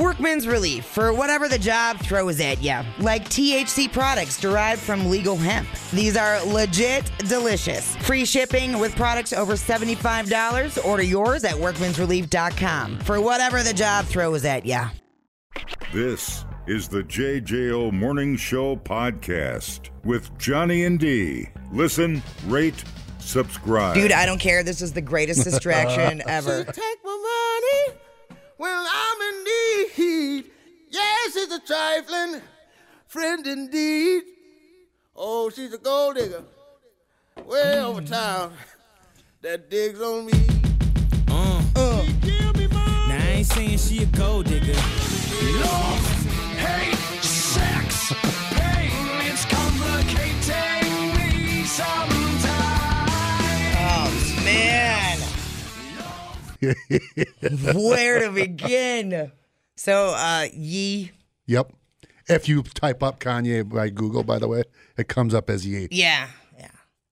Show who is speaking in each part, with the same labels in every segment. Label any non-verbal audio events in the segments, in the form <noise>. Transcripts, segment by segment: Speaker 1: Workman's Relief for whatever the job throws at you, like THC products derived from legal hemp. These are legit delicious. Free shipping with products over $75. Order yours at workmansrelief.com for whatever the job throws at you.
Speaker 2: This is the JJO Morning Show podcast with Johnny and D. Listen, rate, subscribe.
Speaker 1: Dude, I don't care. This is the greatest distraction ever.
Speaker 3: Take my money when I'm in need. Yes, she's a trifling friend indeed. Oh, she's a gold digger. Way over town that digs on me.
Speaker 4: Now I ain't saying she a gold digger.
Speaker 5: Love, hate, sex, pain, it's complicating me sometimes.
Speaker 1: Oh, man. Where to begin? So, uh, ye.
Speaker 6: Yep. If you type up Kanye by Google, by the way, it comes up as Ye.
Speaker 1: Yeah. Yeah.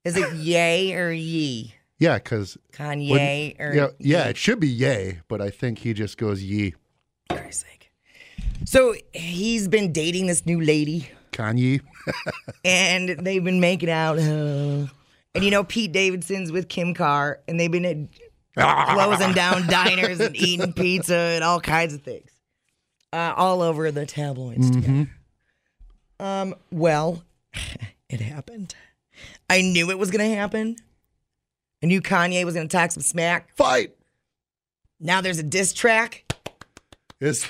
Speaker 1: Is it yay or ye?
Speaker 6: Yeah, because
Speaker 1: Kanye or
Speaker 6: yeah, yeah, it should be Yay, but I think he just goes Ye.
Speaker 1: Christ's sake. So he's been dating this new lady,
Speaker 6: Kanye. <laughs>
Speaker 1: and they've been making out. uh, and you know, Pete Davidson's with Kim Carr, and they've been at closing down diners and eating pizza and all kinds of things, uh, all over the tabloids. Together. Um. Well, <laughs> it happened. I knew it was going to happen. I knew Kanye was going to talk some smack.
Speaker 6: Fight.
Speaker 1: Now there's a diss track.
Speaker 6: It's,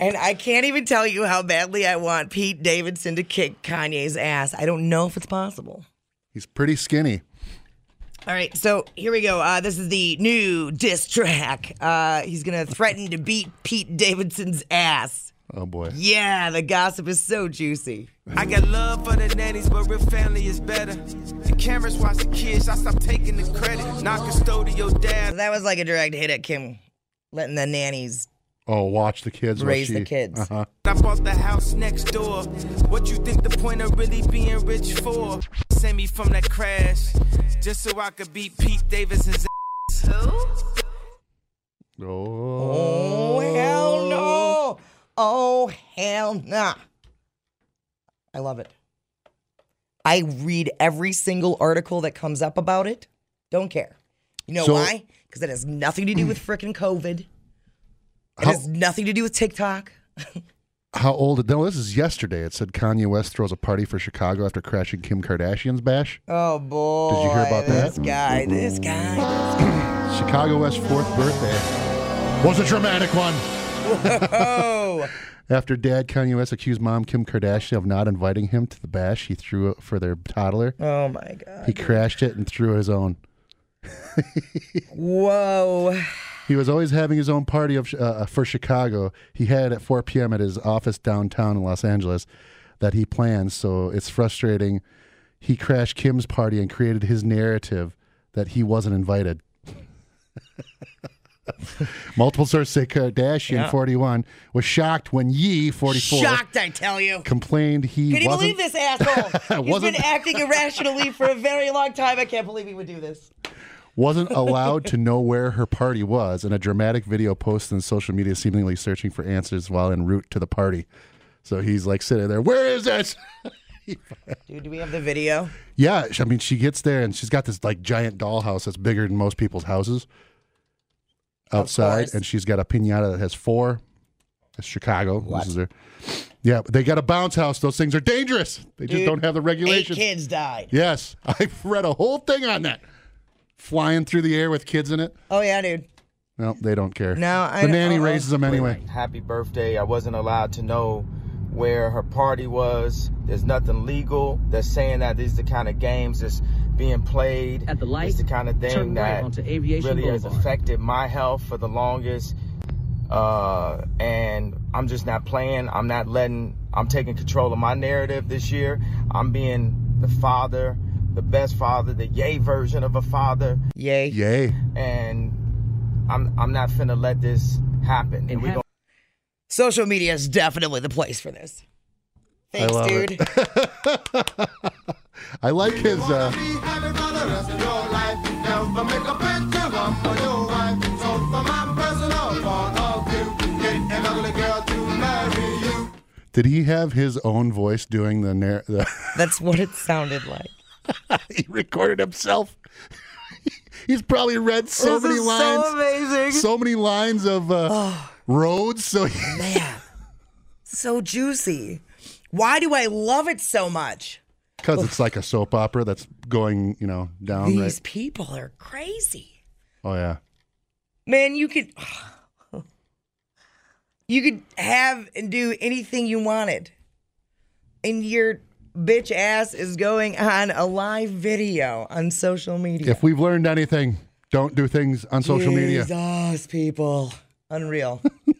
Speaker 1: And I can't even tell you how badly I want Pete Davidson to kick Kanye's ass. I don't know if it's possible.
Speaker 6: he's pretty skinny.
Speaker 1: All right, so here we go. Uh, this is the new diss track. Uh, he's going to threaten to beat Pete Davidson's ass.
Speaker 6: Oh boy.
Speaker 1: Yeah, the gossip is so juicy.
Speaker 4: I got love for the nannies, but real family is better. The cameras watch the kids, I stop taking the credit. Not custodial dad.
Speaker 1: So that was like a direct hit at Kim, letting the nannies.
Speaker 6: Oh, watch the kids. while
Speaker 1: Raise the
Speaker 6: she-
Speaker 1: kids.
Speaker 6: Uh-huh.
Speaker 4: I bought the house next door. What you think the point of really being rich for? Send me from that crash, just so I could beat Pete Davidson's ass.
Speaker 6: Oh.
Speaker 1: Oh, hell no. Oh, hell nah. I love it. I read every single article that comes up about it. Don't care. You know
Speaker 6: So-
Speaker 1: why? Because it has nothing to do with frickin' COVID. It
Speaker 6: How-
Speaker 1: has nothing to do with TikTok.
Speaker 6: How old? No, this is yesterday. It said Kanye West throws a party for Chicago after crashing Kim Kardashian's bash.
Speaker 1: Oh boy!
Speaker 6: Did you hear about
Speaker 1: this
Speaker 6: that?
Speaker 1: guy? This guy.
Speaker 6: Chicago West's fourth birthday was a dramatic one.
Speaker 1: Oh,
Speaker 6: <laughs> After dad Kanye West accused mom Kim Kardashian of not inviting him to the bash he threw it for their toddler,
Speaker 1: oh my God!
Speaker 6: he crashed it and threw his own.
Speaker 1: Whoa!
Speaker 6: He was always having his own party of, uh, for Chicago. He had it at 4 p.m. at his office downtown in Los Angeles that he planned, so it's frustrating. He crashed Kim's party and created his narrative that he wasn't invited. <laughs> Multiple sources say Kardashian, 41, was shocked when Yee, 44,
Speaker 1: Shocked, I tell you.
Speaker 6: complained he
Speaker 1: Can you
Speaker 6: wasn't
Speaker 1: believe this
Speaker 6: <laughs>
Speaker 1: asshole? He's been
Speaker 6: Wasn't-
Speaker 1: acting irrationally for a very long time. I can't believe he would do this.
Speaker 6: wasn't allowed to know where her party was, and a dramatic video posted on social media seemingly searching for answers while en route to the party. So he's like sitting there, where is this?
Speaker 1: Dude, do we have the video?
Speaker 6: Yeah, sh- I mean, she gets there and she's got this like giant dollhouse that's bigger than most people's houses outside,
Speaker 1: course.
Speaker 6: and she's got a pinata that has four. That's Chicago. This is her. Yeah, but they got a bounce house. Those things are dangerous. They just
Speaker 1: Dude,
Speaker 6: don't have the
Speaker 1: Eight
Speaker 6: regulations.
Speaker 1: kids died.
Speaker 6: Yes, <laughs> I've read a whole thing on that. Flying through the air with kids in it.
Speaker 1: Oh yeah, dude.
Speaker 6: No, they don't care.
Speaker 1: No, I
Speaker 6: the
Speaker 1: don't-
Speaker 6: nanny
Speaker 1: uh-uh.
Speaker 6: raises them anyway.
Speaker 7: happy birthday. I wasn't allowed to know where her party was. There's nothing legal. They're saying that these are the kind of games that's being played.
Speaker 8: At the light,
Speaker 7: it's the kind of
Speaker 8: turn
Speaker 7: thing
Speaker 8: right
Speaker 7: that
Speaker 8: onto Aviation
Speaker 7: really has
Speaker 8: Boulevard.
Speaker 7: affected my health for the longest. Uh, and I'm just not playing. I'm not letting. I'm taking control of my narrative this year. I'm being the father, the best father, the yay version of a father
Speaker 1: Yay.
Speaker 6: Yay.
Speaker 7: and I'm I'm not finna let this happen. And we
Speaker 8: have-
Speaker 7: gon-
Speaker 1: Social media is definitely the place for this. Thanks,
Speaker 6: love it.
Speaker 1: dude. <laughs>
Speaker 6: I like his uh,
Speaker 3: Be happy for the rest of your life. Never make a picture of for your wife. So for my personal part.
Speaker 6: Did he have his own voice doing the, narr- the <laughs>
Speaker 1: That's what it sounded like.
Speaker 6: he recorded himself. <laughs> He's probably read so
Speaker 1: This
Speaker 6: many
Speaker 1: is
Speaker 6: lines,
Speaker 1: So amazing. Oh.
Speaker 6: so many lines of uh, roads. So he- <laughs>
Speaker 1: Man, so juicy. Why do I love it so much?
Speaker 6: because it's like a soap opera that's going, you know, down.
Speaker 1: These
Speaker 6: right?
Speaker 1: people are crazy.
Speaker 6: Oh yeah,
Speaker 1: Man, you could <sighs> you could have and do anything you wanted. And your bitch ass is going on a live video on social media.
Speaker 6: If we've learned anything, don't do things on social media.
Speaker 1: Jesus, people. Unreal. <laughs>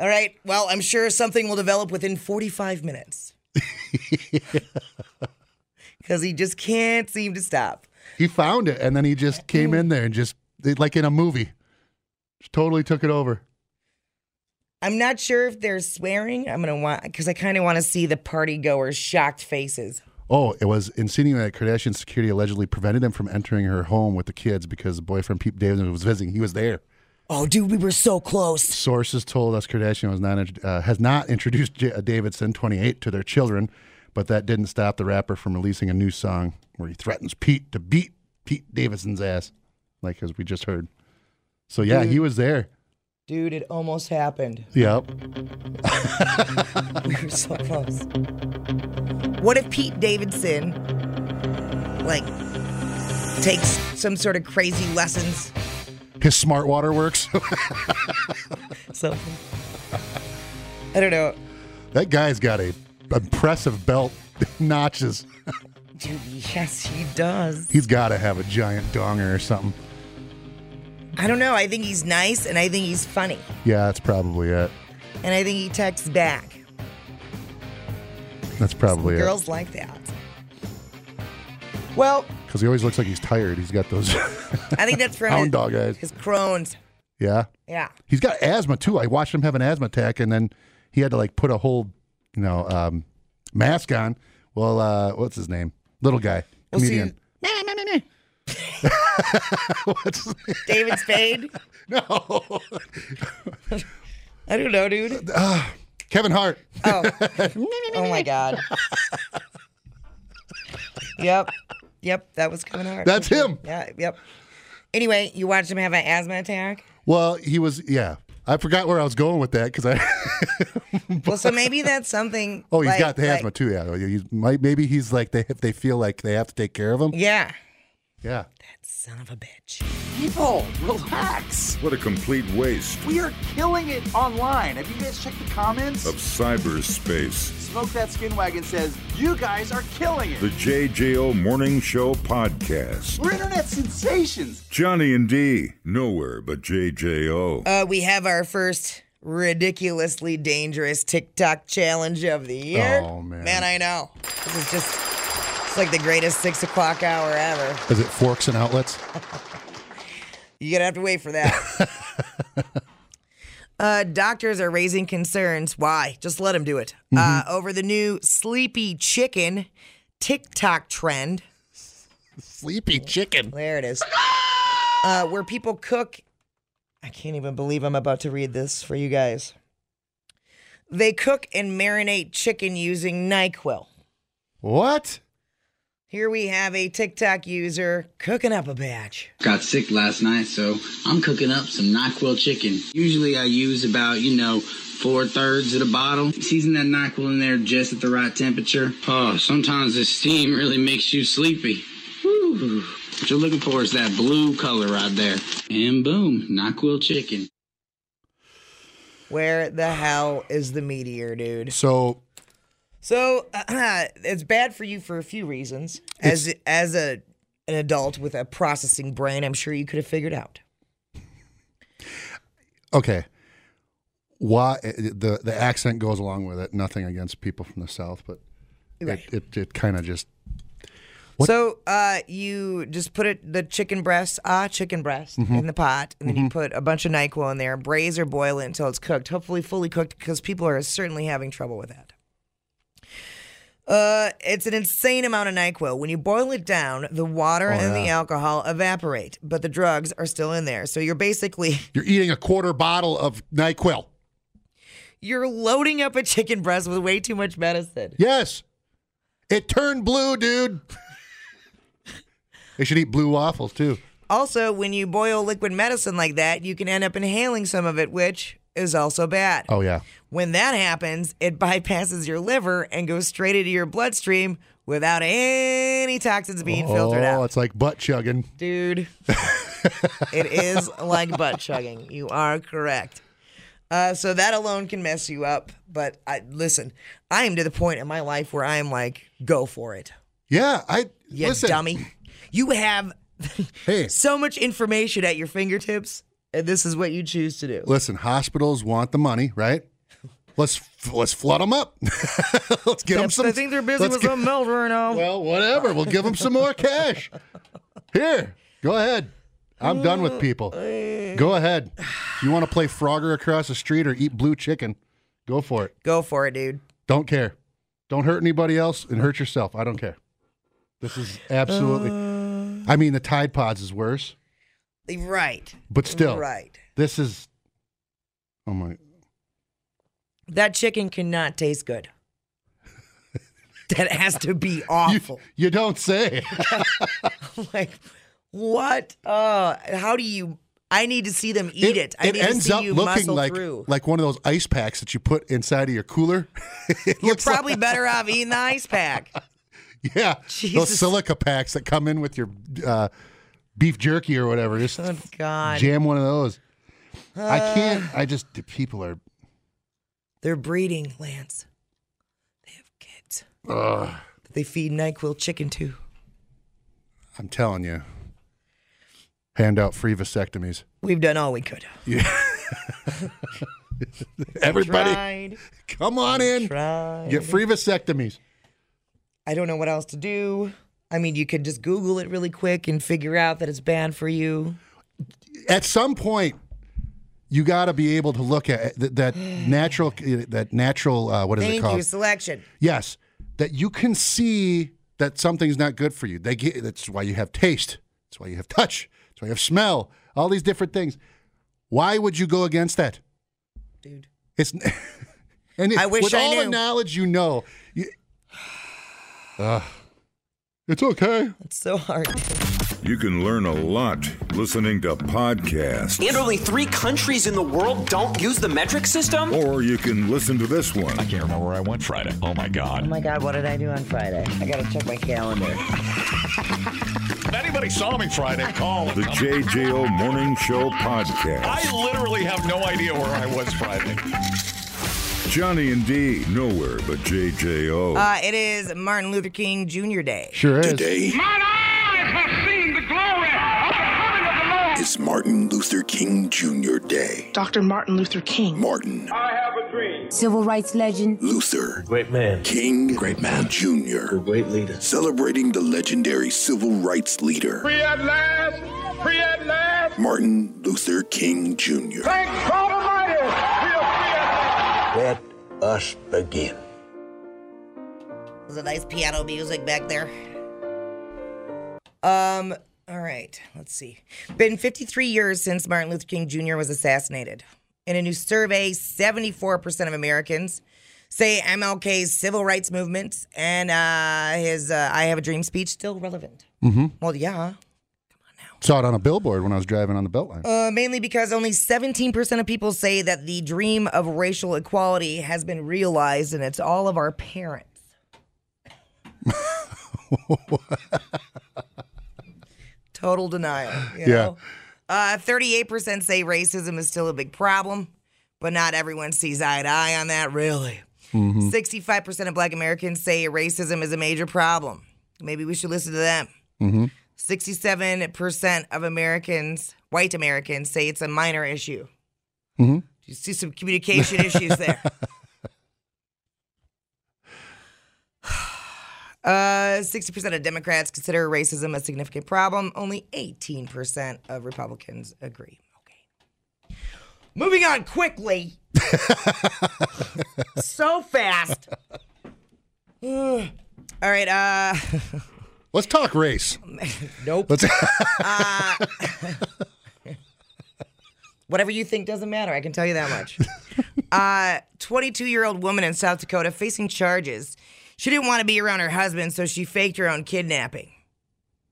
Speaker 1: All right. Well, I'm sure something will develop within 45 minutes. <laughs> Because he just can't seem to stop.
Speaker 6: He found it, and then he just came
Speaker 1: Mm.
Speaker 6: in there and just it- like in a movie, just totally took it over.
Speaker 1: I'm not sure if they're swearing. I'm going to want, because I kind of want to see the party goers' shocked faces.
Speaker 6: Oh, it was insinuated that Kardashian security allegedly prevented him from entering her home with the kids because boyfriend Pete Davidson was visiting. He was there.
Speaker 1: Oh, dude, we were so close.
Speaker 6: Sources told us Kardashian was not, uh, has not introduced J- uh, Davidson, 28, to their children, but that didn't stop the rapper from releasing a new song where he threatens Pete to beat Pete Davidson's ass, like as we just heard. So yeah, he was there.
Speaker 1: Dude, it almost happened. <laughs>
Speaker 6: Yep.
Speaker 1: We were so close. What if Pete Davidson, like, takes some sort of crazy lessons?
Speaker 6: His smart water works. <laughs>
Speaker 1: something. I don't know.
Speaker 6: that guy's got a impressive belt <laughs> notches.
Speaker 1: Dude, yes, he does.
Speaker 6: He's got to have a giant donger or something.
Speaker 1: I don't know. I think he's nice and I think he's funny.
Speaker 6: Yeah, that's probably it.
Speaker 1: And I think he texts back.
Speaker 6: That's probably it.
Speaker 1: Girls like that. Well,
Speaker 6: Because he always looks like he's tired. He's got those. <laughs>
Speaker 1: I think that's from
Speaker 6: Hound
Speaker 1: his,
Speaker 6: dog eyes.
Speaker 1: his crones.
Speaker 6: yeah.
Speaker 1: Yeah.
Speaker 6: He's got asthma too. I watched him have an asthma attack, and then he had to like put a whole, you know, um, mask on. Well, uh, what's his name? Little guy,
Speaker 1: We'll see.
Speaker 6: comedian. <laughs> Meh, meh, meh, meh. What's his name?
Speaker 1: David Spade.
Speaker 6: <laughs> No,
Speaker 1: <laughs> I don't know, dude.
Speaker 6: Kevin Hart.
Speaker 1: Oh. oh my God. Yep. Yep. That was coming hard.
Speaker 6: That's him.
Speaker 1: Yeah. Yep. Anyway, you watched him have an asthma attack.
Speaker 6: Well, he was. Yeah, I forgot where I was going with that because I. <laughs>
Speaker 1: Well, so maybe that's something.
Speaker 6: Oh, he's
Speaker 1: he's
Speaker 6: got the asthma too. Yeah, he's, might maybe he's like they if they feel like they have to take care of him.
Speaker 1: Yeah.
Speaker 6: Yeah.
Speaker 1: Son of a bitch.
Speaker 5: People, relax.
Speaker 2: What a complete waste
Speaker 5: We are killing it online. Have you guys checked the comments?
Speaker 2: of cyberspace.
Speaker 5: Smoke That Skin Wagon says, You guys are killing
Speaker 2: The
Speaker 5: it.
Speaker 2: JJO Morning Show Podcast.
Speaker 5: We're internet sensations.
Speaker 2: Johnny and D, nowhere but JJO.
Speaker 1: Uh, we have our first ridiculously dangerous TikTok challenge of the year.
Speaker 6: Oh, man.
Speaker 1: man, I know. This is just it's like the greatest six o'clock hour ever.
Speaker 6: Is it forks and outlets?
Speaker 1: You're gonna have to wait for that.
Speaker 6: <laughs>
Speaker 1: uh, doctors are raising concerns. Why? Just let them do it.
Speaker 6: Mm-hmm.
Speaker 1: Uh, over the new sleepy chicken TikTok trend.
Speaker 6: Sleepy chicken.
Speaker 1: There it is. Uh, where people cook. I can't even believe I'm about to read this for you guys. They cook and marinate chicken using NyQuil.
Speaker 6: What?
Speaker 1: Here we have a TikTok user cooking up a batch.
Speaker 8: Got sick last night, so I'm cooking up some NyQuil chicken. Usually I use about, you know, four thirds of the bottle. Season that NyQuil in there just at the right temperature. Oh, sometimes this steam really makes you sleepy. Whew. What you're looking for is that blue color right there. And boom, NyQuil chicken.
Speaker 1: Where the hell is the meteor, dude?
Speaker 6: So
Speaker 1: So uh, <clears throat> it's bad for you for a few reasons. As as a an adult with a processing brain, I'm sure you could have figured out.
Speaker 6: okay, why the the accent goes along with it? Nothing against people from the south, but
Speaker 1: Right.
Speaker 6: it it, it kind of just
Speaker 1: So uh, you just put it the chicken breast, ah, chicken breast, in the pot, and then you put a bunch of Nyquil in there, braise or boil it until it's cooked. Hopefully, fully cooked, because people are certainly having trouble with that. Uh, it's an insane amount of Nyquil. When you boil it down, the water and the alcohol evaporate, but the drugs are still in there. So you're basically <laughs>
Speaker 6: you're eating a quarter bottle of Nyquil.
Speaker 1: You're loading up a chicken breast with way too much medicine.
Speaker 6: Yes. It turned blue, dude. they should eat blue waffles too.
Speaker 1: Also, when you boil liquid medicine like that, you can end up inhaling some of it, which is also bad.
Speaker 6: Oh yeah.
Speaker 1: When that happens, it <laughs> bypasses your liver and goes straight into your bloodstream without any toxins being filtered
Speaker 6: oh,
Speaker 1: out.
Speaker 6: it's like butt chugging.
Speaker 1: Dude, it is like butt chugging. You are correct. Uh, so that alone can mess you up. But I, listen, I am to the point in my life where I am like, go for it.
Speaker 6: Yeah, I
Speaker 1: You
Speaker 6: listen.
Speaker 1: dummy. You have
Speaker 6: Hey,
Speaker 1: so much information at your fingertips, and this is what you choose to do.
Speaker 6: listen. Hospitals want the money, right? Let's let's flood them up. <laughs> let's get them some.
Speaker 1: I think they're busy
Speaker 6: let's
Speaker 1: with
Speaker 6: get-
Speaker 1: something else right now.
Speaker 6: Well, whatever. We'll give them some more cash. Here, go ahead. I'm done with people. Go ahead. You want to play Frogger across the street or eat blue chicken? Go for it.
Speaker 1: Go for it, dude.
Speaker 6: Don't care. Don't hurt anybody else and hurt yourself. I don't care. This is absolutely. I mean, the Tide Pods is worse,
Speaker 1: Right.
Speaker 6: but still,
Speaker 1: Right.
Speaker 6: this is. Oh my!
Speaker 1: That chicken cannot taste
Speaker 6: <laughs>
Speaker 1: good. that has to be awful.
Speaker 6: You don't say.
Speaker 1: <laughs> like, what? Uh, how do you? I need to see them eat it. I
Speaker 6: it
Speaker 1: need to
Speaker 6: ends
Speaker 1: see
Speaker 6: up
Speaker 1: you
Speaker 6: looking
Speaker 1: muscle
Speaker 6: like
Speaker 1: through.
Speaker 6: like one of those ice packs that you put inside of your cooler. <laughs> It
Speaker 1: You're
Speaker 6: looks like-
Speaker 1: probably better off eating the ice
Speaker 6: <laughs>
Speaker 1: pack.
Speaker 6: Yeah, those
Speaker 1: Jesus.
Speaker 6: silica packs that come in with your uh, beef jerky or whatever. Just
Speaker 1: Good Oh, God. Uh.
Speaker 6: jam one of those. I can't. I just the people are.
Speaker 1: They're breeding, Lance. They have kids. that They feed NyQuil chicken to.
Speaker 6: I'm telling you, hand out free vasectomies.
Speaker 1: We've done all we could.
Speaker 6: Everybody,
Speaker 1: Tried,
Speaker 6: come on in.
Speaker 1: tried.
Speaker 6: Get free vasectomies.
Speaker 1: I don't know what else to do. I mean, you could just Google it really quick and figure out that it's bad for you.
Speaker 6: At some point, you got to be able to look at that,
Speaker 1: <sighs>
Speaker 6: that natural. That natural. Uh, what is it
Speaker 1: Thank
Speaker 6: called?
Speaker 1: you, selection.
Speaker 6: Yes, that you can see that something's not good for you. They get, that's why you have taste. That's why you have touch. That's why you have smell. All these different things. Why would you go against that,
Speaker 1: Dude.
Speaker 6: It's <laughs> and it-
Speaker 1: I wish
Speaker 6: with
Speaker 1: I
Speaker 6: all the
Speaker 1: knew.
Speaker 6: knowledge you know. You, <sighs> Ugh. it's okay.
Speaker 1: It's so hard.
Speaker 2: You can learn a lot listening to podcasts,
Speaker 9: And only three countries in the world don't use the metric system?
Speaker 2: or you can listen to this one.
Speaker 10: I can't remember where I went Friday. Oh my
Speaker 1: Oh
Speaker 10: God.
Speaker 1: my God, what did I do on Friday? I gotta check my calendar.
Speaker 10: If anybody saw me Friday, call.
Speaker 2: The JJO Morning Show
Speaker 10: I
Speaker 2: podcast.
Speaker 10: literally have no idea where I was Friday.
Speaker 2: Johnny and D, nowhere but JJO.
Speaker 1: Uh, it is Martin Luther King Jr. Day.
Speaker 6: Sure is.
Speaker 11: Mine eyes have seen the glory of the coming of the Lord.
Speaker 12: It's Martin Luther King Jr. Day.
Speaker 11: Dr. Martin Luther King.
Speaker 12: Martin
Speaker 11: I have a dream.
Speaker 13: Civil rights legend.
Speaker 12: Luther
Speaker 9: Great man.
Speaker 12: King, great man, Jr.
Speaker 9: Great leader.
Speaker 12: Celebrating the legendary civil rights leader,
Speaker 11: Free at last. Free at last.
Speaker 12: Martin Luther King Jr.
Speaker 11: Thank God Almighty. We are free at last.
Speaker 9: Let us begin.
Speaker 1: There's a nice piano music back there. Um, all right, let's see. Been 53 years since Martin Luther King Jr. was assassinated. In a new survey, 74% of Americans say MLK's civil rights movement and uh, his uh, I Have a Dream speech still relevant. Mm-hmm. Well, yeah.
Speaker 6: Saw it on a billboard when I was driving on the Beltline.
Speaker 1: Uh, mainly because only 17% of people say that the dream of racial equality has been realized, and it's all of our parents. Total denial. You
Speaker 6: Yeah.
Speaker 1: Know? Uh, 38% say racism is still a big problem, but not everyone sees eye to eye on that, really. 65% of black Americans say racism is a major problem. Maybe we should listen to them. 67% of Americans, white Americans, say it's a minor issue. You see some communication issues there. <sighs> Uh, 60% of Democrats consider racism a significant problem. Only 18% of Republicans agree. Okay. Moving on quickly. so fast. <sighs> Ugh. All right. Uh,
Speaker 6: Let's talk race.
Speaker 1: nope. Uh,
Speaker 6: Let's.
Speaker 1: <laughs>
Speaker 6: <laughs>
Speaker 1: Whatever you think doesn't matter. I can tell you that much. Uh, 22 year old woman in South Dakota facing charges. She didn't want to be around her husband, so she faked her own kidnapping.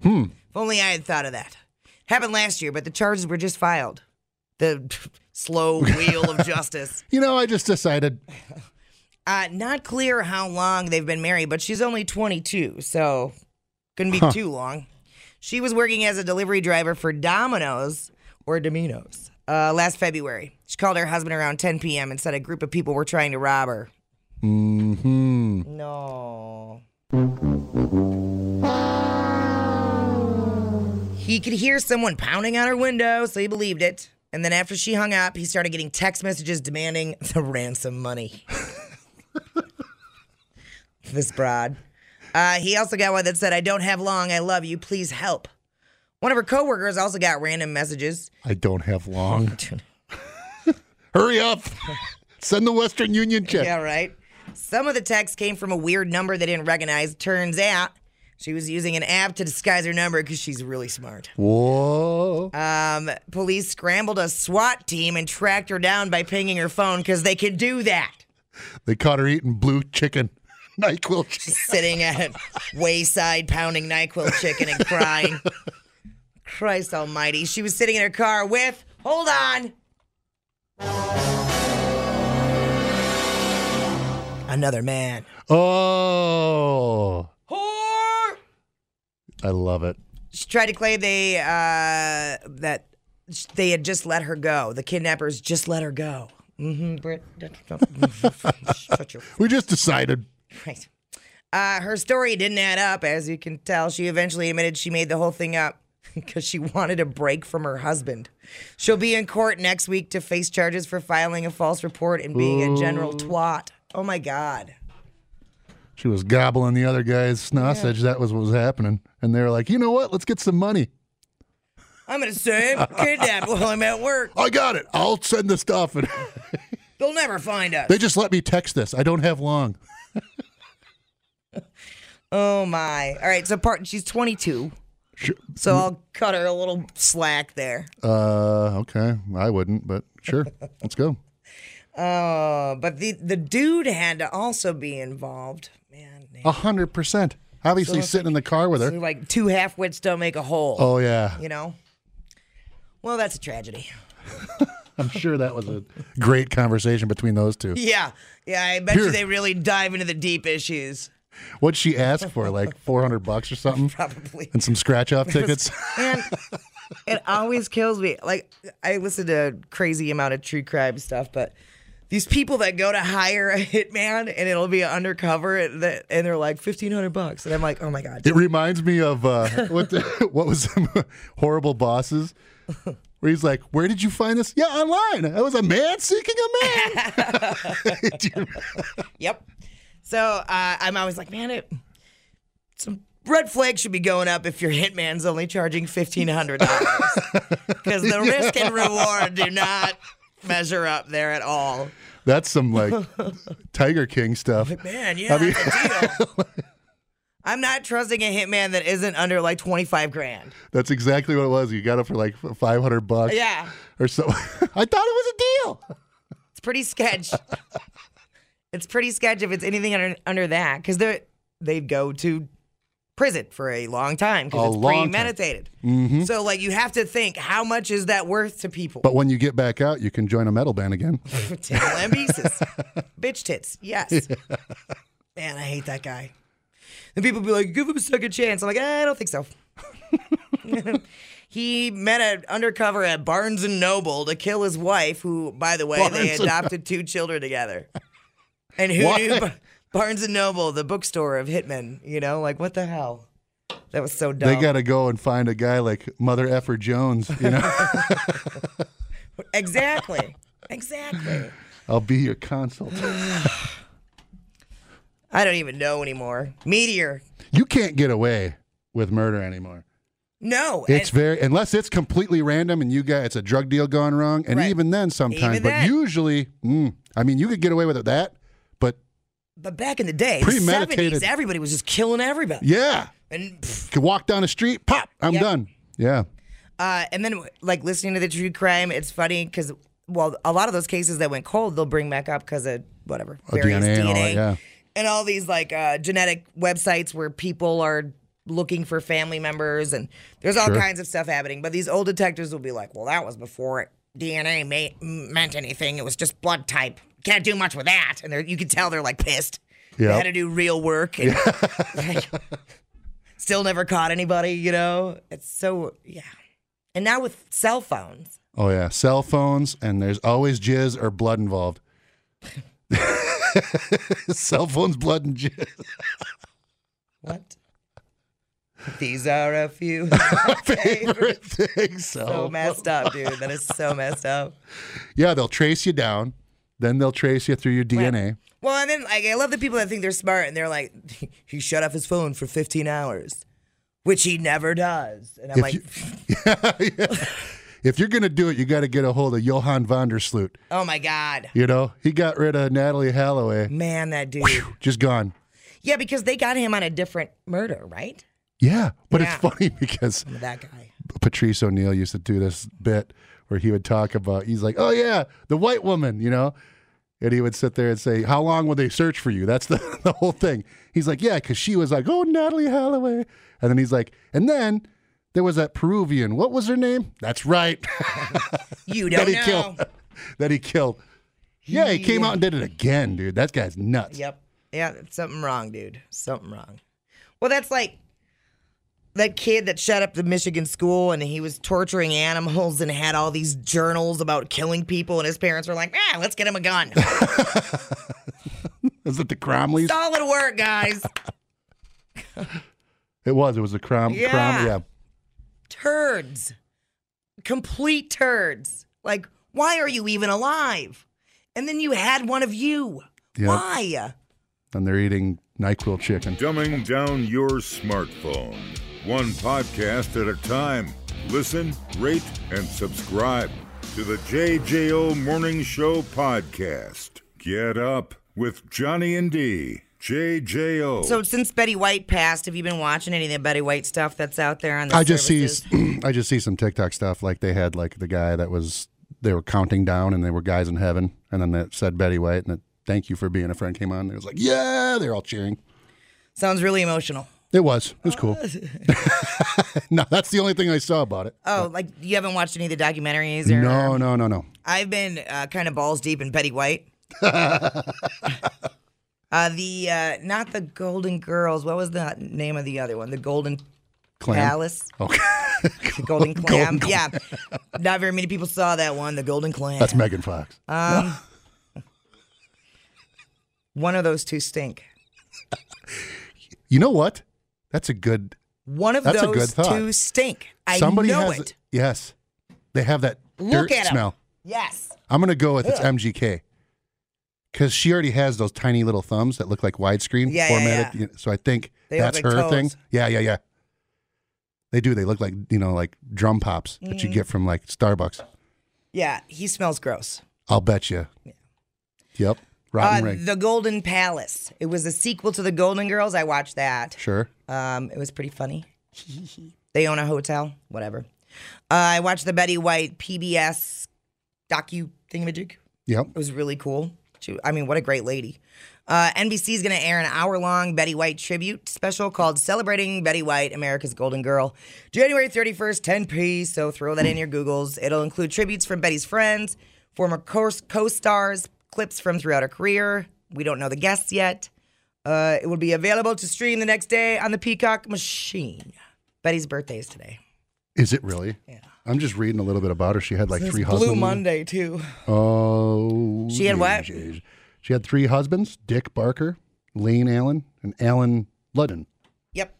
Speaker 6: Hmm.
Speaker 1: If only I had thought of that. Happened last year, but the charges were just filed. The <laughs> slow wheel
Speaker 6: <laughs>
Speaker 1: of justice.
Speaker 6: You know, I just decided.
Speaker 1: Uh, not clear how long they've been married, but she's only 22, so couldn't be
Speaker 6: Huh.
Speaker 1: too long. She was working as a delivery driver for Domino's or Domino's uh, last February. She called her husband around 10 p.m. and said a group of people were trying to rob her.
Speaker 6: hmm
Speaker 1: No. He could hear someone pounding on her window, so he believed it. And then after she hung up, he started getting text messages demanding <laughs> the ransom money. this broad. Uh, he also got one that said, I don't have long. I love you. Please help. One of her coworkers also got random messages.
Speaker 6: I don't
Speaker 1: <laughs>
Speaker 6: have long. Hurry up. <laughs> Send the Western Union check.
Speaker 1: Yeah, right. Some of the texts came from a weird number they didn't recognize. Turns out she was using an app to disguise her number because she's really smart.
Speaker 6: Whoa.
Speaker 1: Um, police scrambled a SWAT team and tracked her down by pinging her phone because they could do that.
Speaker 6: They caught her eating blue chicken. <laughs> NyQuil chicken.
Speaker 1: Sitting at a wayside, pounding NyQuil chicken and crying. Christ almighty. She was sitting in her car with, hold on, another man.
Speaker 6: Oh. I love it.
Speaker 1: She tried to claim they uh, that sh- they had just let her go. The kidnappers just let her go. Mm-hmm, <laughs> Britt. Shut your
Speaker 6: We just decided.
Speaker 1: Right. Uh, her story didn't add up, as you can tell. She eventually admitted she made the whole thing up <laughs> because she wanted a break from her husband. She'll be in court next week to face charges for filing a false report and being a general
Speaker 6: Ooh.
Speaker 1: twat. Oh my God.
Speaker 6: She was gobbling the other guy's sausage. That was what was happening. And they were like, you know what? Let's get some money.
Speaker 1: I'm going to
Speaker 6: <laughs>
Speaker 1: say kidnapped while I'm at work.
Speaker 6: I got it. I'll send the stuff. <laughs> And
Speaker 1: They'll never find us.
Speaker 6: they just let me text this. I don't have long.
Speaker 1: Oh my. All right. So part she's 22.
Speaker 6: Sure.
Speaker 1: So I'll cut her a little slack there.
Speaker 6: Mm-hmm. Uh, okay. I wouldn't, but sure. Let's go.
Speaker 1: Oh, but the the dude had to also be involved.
Speaker 6: A hundred percent. Obviously,
Speaker 1: So-
Speaker 6: sitting in the car with
Speaker 1: So,
Speaker 6: her.
Speaker 1: like two half wits don't make a whole.
Speaker 6: Oh, yeah.
Speaker 1: You know. Well, that's a tragedy.
Speaker 6: I'm sure that was a great conversation between those two.
Speaker 1: <laughs> Yeah, yeah. I bet
Speaker 6: Here.
Speaker 1: you they really dive into the deep issues. <laughs>
Speaker 6: What'd she ask for? Like 400 bucks or something?
Speaker 1: Probably.
Speaker 6: And some scratch off tickets?
Speaker 1: And it always kills me. Like I listen to a crazy amount of true crime stuff, but these people that go to hire a hitman and it'll be undercover and that- and they're like fifteen hundred bucks, and I'm like, oh my god.
Speaker 6: It reminds me of uh, what the, <laughs> what was horrible bosses, where he's like, "Where did you find this? Yeah, online. I was a man seeking a man."
Speaker 1: Yep. So uh, I'm always like, man, it some red flags should be going up if your hitman's only charging fifteen hundred dollars because the risk and reward do not measure up there at all.
Speaker 6: That's some like Tiger King stuff.
Speaker 1: Man, yeah,
Speaker 6: I mean-
Speaker 1: that's a deal. I'm not trusting a hitman that isn't under like twenty five grand.
Speaker 6: That's exactly what it was. You got it for like five hundred bucks.
Speaker 1: Yeah.
Speaker 6: Or so. <laughs> I thought it was a deal.
Speaker 1: It's pretty sketch.
Speaker 6: <laughs>
Speaker 1: it's pretty sketch if it's anything under under that because they they go to prison for a long time
Speaker 6: A
Speaker 1: because it's
Speaker 6: long time.
Speaker 1: premeditated.
Speaker 6: Mhm.
Speaker 1: So like you have to think how much is that worth to people?
Speaker 6: But when you get back out, you can join a metal band again.
Speaker 1: Tail and pieces,
Speaker 6: <laughs>
Speaker 1: bitch tits. Yes. Man, I hate that guy. And people be like, "Give him a second chance." I'm like, "Eh, I don't think
Speaker 6: <laughs>
Speaker 1: so. he met an undercover at Barnes and Noble to kill his wife, who, by the way, they
Speaker 6: Barnes and-
Speaker 1: adopted two children together. And who
Speaker 6: Why?
Speaker 1: knew Bar- Barnes and Noble, the bookstore of hitmen? You know, like what the hell? That was so dumb.
Speaker 6: They got to go and find a guy like Mother Effer Jones. You know,
Speaker 1: exactly, exactly.
Speaker 6: I'll be your consult.
Speaker 1: I don't even know anymore. Meteor,
Speaker 6: You can't get away with murder anymore.
Speaker 1: no.
Speaker 6: It's very unless it's completely random and you got it's a drug deal gone wrong, and
Speaker 1: Right.
Speaker 6: even then sometimes.
Speaker 1: Even
Speaker 6: but
Speaker 1: then.
Speaker 6: usually, mm, I mean, you could get away with that, but
Speaker 1: But back in the day, 70s,
Speaker 6: Premeditated.
Speaker 1: everybody was just killing everybody.
Speaker 6: yeah,
Speaker 1: And
Speaker 6: could walk down the street, pop, I'm
Speaker 1: Yep.
Speaker 6: done. Yeah,
Speaker 1: uh, and then like listening to the true crime, it's funny because well, a lot of those cases that went cold, they'll bring back up because of whatever
Speaker 6: Oh,
Speaker 1: various
Speaker 6: DNA
Speaker 1: DNA,
Speaker 6: and all that, yeah.
Speaker 1: and all these like uh, genetic websites where people are looking for family members, and there's all
Speaker 6: Sure.
Speaker 1: kinds of stuff happening. But these old detectives will be like, "Well, that was before DNA may- meant anything. It was just blood type. Can't do much with that." And they're, you can tell they're like pissed. They
Speaker 6: Yep.
Speaker 1: had to do real work. And <laughs> still never caught anybody, you know? It's so, yeah. And now with cell phones,
Speaker 6: Oh yeah, cell phones, and there's always jizz or blood involved. <laughs> cell phones, blood, and jizz.
Speaker 1: <laughs> what? These are a few <laughs>
Speaker 6: <laughs> favorite things. <laughs>
Speaker 1: So messed up, dude. That is so messed up.
Speaker 6: Yeah, they'll trace you down, then they'll trace you through your <laughs> DNA.
Speaker 1: Well, and then like I love the people that think they're smart and they're like, <laughs> he shut off his phone for 15 hours, which he never does. And I'm
Speaker 6: If
Speaker 1: like,
Speaker 6: If you're gonna do it, you got to get a hold of Johan van der Sloot.
Speaker 1: oh my god,
Speaker 6: You know, he got rid of Natalie Holloway.
Speaker 1: man, that dude.
Speaker 6: Just gone.
Speaker 1: yeah, because they got him on a different murder, right?
Speaker 6: Yeah, but
Speaker 1: Yeah.
Speaker 6: it's funny <laughs> because
Speaker 1: That guy.
Speaker 6: Patrice O'Neill used to do this bit where he would talk about he's like, "Oh yeah, the white woman," you know, and he would sit there and say, "How long will they search for you?" That's the, <laughs> the whole thing. He's like, "Yeah," because she was like, "Oh, Natalie Holloway," and then he's like, "And then there was that Peruvian. What was her name?" That's right. <laughs>
Speaker 1: You
Speaker 6: that
Speaker 1: don't
Speaker 6: he
Speaker 1: know.
Speaker 6: killed. <laughs> that he killed. Yeah, he came out and did it again, dude. That guy's nuts.
Speaker 1: Yep. Yeah, something wrong, dude. Something wrong. Well, that's like that kid that shut up the Michigan school and he was torturing animals and had all these journals about killing people, and his parents were like, "Ah, let's get him a gun." <laughs>
Speaker 6: Is it the Cromleys?
Speaker 1: Solid work, guys.
Speaker 6: It was. It was the Crom.
Speaker 1: Yeah.
Speaker 6: Crom, yeah.
Speaker 1: Turds, complete turds. Like, why are you even alive? And then you had one of you.
Speaker 6: Yep.
Speaker 1: Why?
Speaker 6: And they're eating Nyquil chicken.
Speaker 2: Dumbing down your smartphone. One podcast at a time. Listen, rate, and subscribe to the JJO Morning Show podcast. Get up with Johnny and D. JJO.
Speaker 1: So since Betty White passed, have you been watching any of the Betty White stuff that's out there on the
Speaker 6: I just
Speaker 1: services?
Speaker 6: see <clears throat> I just see some TikTok stuff like they had like the guy that was they were counting down and they were guys in heaven and then that said Betty White and it, thank you for being a friend came on and it was like yeah they're all cheering
Speaker 1: Sounds really emotional.
Speaker 6: it was it was cool <laughs> no that's the only thing I saw about it
Speaker 1: Oh, like you haven't watched any of the documentaries? Or,
Speaker 6: no no no no
Speaker 1: I've been uh, kind of balls deep in Betty
Speaker 6: <laughs>
Speaker 1: White. uh, the uh, not the Golden Girls. What was the name of the other one? The Golden
Speaker 6: Clam.
Speaker 1: Palace.
Speaker 6: okay
Speaker 1: <laughs> The Golden Clam.
Speaker 6: <laughs> Golden
Speaker 1: yeah. Not very many people saw that one. The Golden Clam.
Speaker 6: that's
Speaker 1: <laughs>
Speaker 6: Megan Fox
Speaker 1: Um, one of those two stink.
Speaker 6: you know what that's a good
Speaker 1: One of
Speaker 6: That's a good
Speaker 1: those
Speaker 6: thought.
Speaker 1: two stink. I
Speaker 6: somebody
Speaker 1: know
Speaker 6: has
Speaker 1: it.
Speaker 6: yes they have that
Speaker 1: Look
Speaker 6: dirt
Speaker 1: at 'em.
Speaker 6: smell
Speaker 1: Yes.
Speaker 6: I'm gonna go with it's
Speaker 1: Ugh.
Speaker 6: MGK because she already has those tiny little thumbs that look like widescreen
Speaker 1: Yeah, yeah,
Speaker 6: formatted.
Speaker 1: yeah.
Speaker 6: you know, So I think
Speaker 1: They look
Speaker 6: that's
Speaker 1: like
Speaker 6: her thing.
Speaker 1: toes.
Speaker 6: Yeah, yeah, yeah. They do. They look like you know, like drum pops that you
Speaker 1: Mm.
Speaker 6: get from like Starbucks.
Speaker 1: Yeah. He smells gross.
Speaker 6: I'll bet you. Yep. Rotten
Speaker 1: uh,
Speaker 6: ring.
Speaker 1: The Golden Palace. It was a sequel to The Golden Girls. I watched that.
Speaker 6: Sure.
Speaker 1: Um, it was pretty
Speaker 6: <laughs>
Speaker 1: funny. they own a hotel, whatever. Uh, I watched the Betty White PBS docu thingamajig.
Speaker 6: Yep.
Speaker 1: It was really cool. She, I mean, what a great lady. Uh, NBC is going to air an hour long Betty White tribute special called Celebrating Betty White, America's Golden Girl, January 31st, 10 p. So throw that in your Googles. It'll include tributes from Betty's friends, former co stars, clips from throughout her career. We don't know the guests yet. Uh, it will be available to stream the next day on the Peacock Machine. Betty's birthday is today.
Speaker 6: Is it really? Yeah. I'm just reading a little bit about her. She had like
Speaker 1: It's
Speaker 6: three
Speaker 1: Blue
Speaker 6: husbands.
Speaker 1: Monday, too.
Speaker 6: Oh.
Speaker 1: She had what?
Speaker 6: jeez. She had three husbands: Dick Barker, Lane Allen, and Alan Ludden.
Speaker 1: Yep.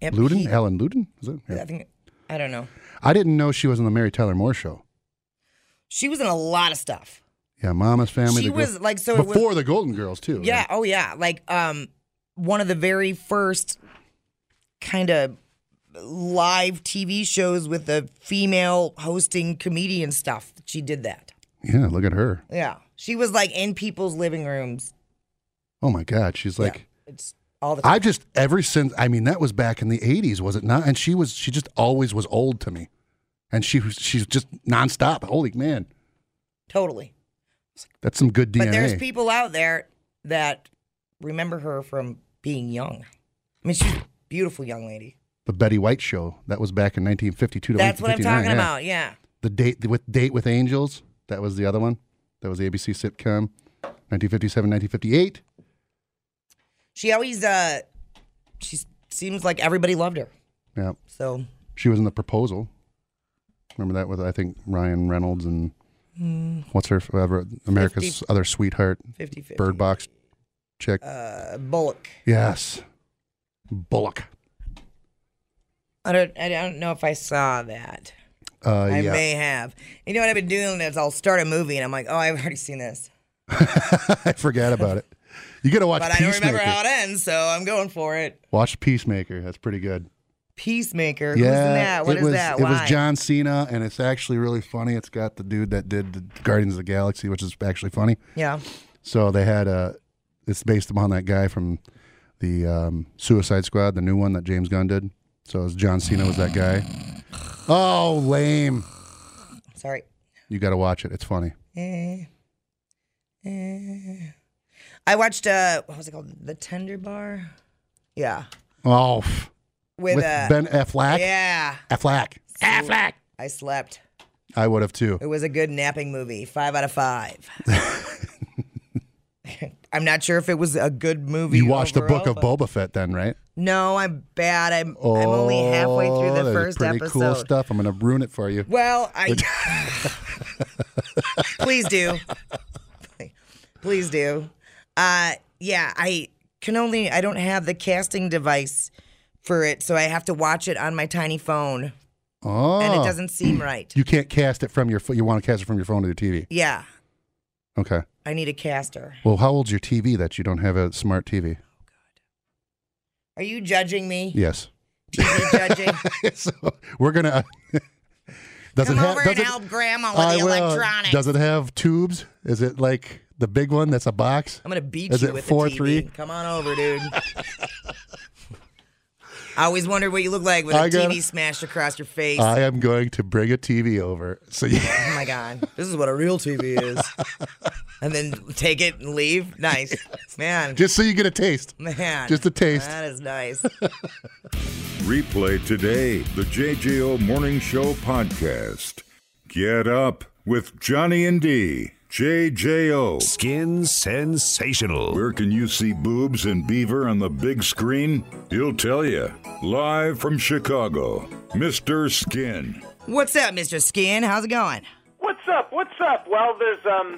Speaker 1: Yep,
Speaker 6: Ludden.
Speaker 1: he-
Speaker 6: Alan Ludden. Is it? Yeah.
Speaker 1: I think, I don't know.
Speaker 6: I didn't know she was on the Mary Tyler Moore show.
Speaker 1: She was in a lot of stuff.
Speaker 6: Yeah, Mama's Family.
Speaker 1: She
Speaker 6: the Gro-
Speaker 1: was, like, so it was-
Speaker 6: before the Golden Girls too.
Speaker 1: Yeah. Oh, yeah. Like, um, one of the very first kind of live TV shows with the female hosting comedian stuff. She did that.
Speaker 6: Yeah, look at her.
Speaker 1: Yeah. She was like in people's living rooms.
Speaker 6: Oh my God, she's like.
Speaker 1: It's all the time.
Speaker 6: I just ever since I mean that was back in the '80s, was it not? And she was she just always was old to me, and she was she's just nonstop. Holy man,
Speaker 1: Totally.
Speaker 6: That's some good DNA.
Speaker 1: But there's people out there that remember her from being young. I mean, she's a beautiful young lady.
Speaker 6: the Betty White show that was back in 1952 to
Speaker 1: That's what I'm
Speaker 6: 1959,
Speaker 1: talking about. Yeah.
Speaker 6: The date with date with angels. That was the other one. That was the ABC sitcom, 1957, 1958.
Speaker 1: She always, uh, she s- seems like everybody loved her.
Speaker 6: Yeah.
Speaker 1: So,
Speaker 6: She was in the proposal. Remember that with I think Ryan Reynolds and
Speaker 1: Hmm.
Speaker 6: what's her forever America's
Speaker 1: 50
Speaker 6: other sweetheart,
Speaker 1: 50-50.
Speaker 6: Bird Box chick.
Speaker 1: uh, Bullock.
Speaker 6: yes, Bullock.
Speaker 1: I don't, I don't know if I saw that.
Speaker 6: Uh,
Speaker 1: I
Speaker 6: yeah.
Speaker 1: may have. You know what I've been doing is I'll start a movie and I'm like, oh, I've already seen this.
Speaker 6: <laughs> I forgot about it. You gotta watch
Speaker 1: but I don't
Speaker 6: Peacemaker.
Speaker 1: remember how it ends, so I'm going for it.
Speaker 6: watch Peacemaker. That's pretty good.
Speaker 1: Peacemaker. Who's in
Speaker 6: Yeah,
Speaker 1: that? What
Speaker 6: it
Speaker 1: is
Speaker 6: was
Speaker 1: that?
Speaker 6: it
Speaker 1: Why?
Speaker 6: was John Cena, and it's actually really funny. It's got the dude that did the Guardians of the Galaxy, which is actually funny.
Speaker 1: Yeah.
Speaker 6: So they had uh It's based upon that guy from the um, Suicide Squad, the new one that James Gunn did. So it was John Cena was that guy. Oh, lame!
Speaker 1: Sorry.
Speaker 6: You got to watch it. It's funny.
Speaker 1: Eh. Eh. I watched uh what was it called? The Tender Bar? Yeah.
Speaker 6: Oh, f-
Speaker 1: With, uh,
Speaker 6: Ben Affleck.
Speaker 1: Yeah.
Speaker 6: Affleck.
Speaker 1: Affleck. I slept.
Speaker 6: I would have too.
Speaker 1: It was a good napping movie. Five out of
Speaker 6: <laughs>
Speaker 1: five. I'm not sure if it was a good movie.
Speaker 6: You watched the
Speaker 1: overall,
Speaker 6: Book of
Speaker 1: but-
Speaker 6: Boba Fett, then, right?
Speaker 1: No, I'm bad. I'm I'm only halfway through
Speaker 6: Oh,
Speaker 1: the
Speaker 6: that's
Speaker 1: first
Speaker 6: pretty
Speaker 1: episode.
Speaker 6: cool stuff. I'm gonna ruin it for you.
Speaker 1: Well, I <laughs> please do, <laughs> please do. Uh, yeah, I can only I don't have the casting device for it, so I have to watch it on my tiny phone,
Speaker 6: Oh.
Speaker 1: and it doesn't seem right.
Speaker 6: You can't cast it from your phone. You want to cast it from your phone to your TV.
Speaker 1: Yeah,
Speaker 6: Okay.
Speaker 1: I need a caster.
Speaker 6: Well, how old's your TV that you don't have a smart TV?
Speaker 1: Are you judging me?
Speaker 6: Yes.
Speaker 1: TV
Speaker 6: <laughs>
Speaker 1: judging.
Speaker 6: so we're gonna. <laughs> does
Speaker 1: Come
Speaker 6: it have?
Speaker 1: over
Speaker 6: does
Speaker 1: and
Speaker 6: it,
Speaker 1: help Grandma with
Speaker 6: I
Speaker 1: the
Speaker 6: will.
Speaker 1: electronics.
Speaker 6: Does it have tubes? Is it like the big one that's a box?
Speaker 1: I'm gonna beat
Speaker 6: Is
Speaker 1: you
Speaker 6: it
Speaker 1: with
Speaker 6: four
Speaker 1: the TV.
Speaker 6: three?
Speaker 1: Come on over, dude. I always wondered what you look like with a
Speaker 6: I got-
Speaker 1: TV smashed across your face.
Speaker 6: I am going to bring a TV over. So <laughs> you,
Speaker 1: Oh my god, this is what a real TV
Speaker 6: <laughs>
Speaker 1: is. and then take it and leave. Nice, man.
Speaker 6: just so you get a taste.
Speaker 1: man,
Speaker 6: just a taste.
Speaker 1: That is nice.
Speaker 2: Replay today the JJO Morning Show podcast. Get up with Johnny and D. JJO.
Speaker 13: Skin sensational.
Speaker 2: Where can you see boobs and beaver on the big screen? He'll tell you. Live from Chicago, Mr. Skin.
Speaker 1: What's up, Mr. Skin? How's it going?
Speaker 14: What's up? What's up? Well, there's um,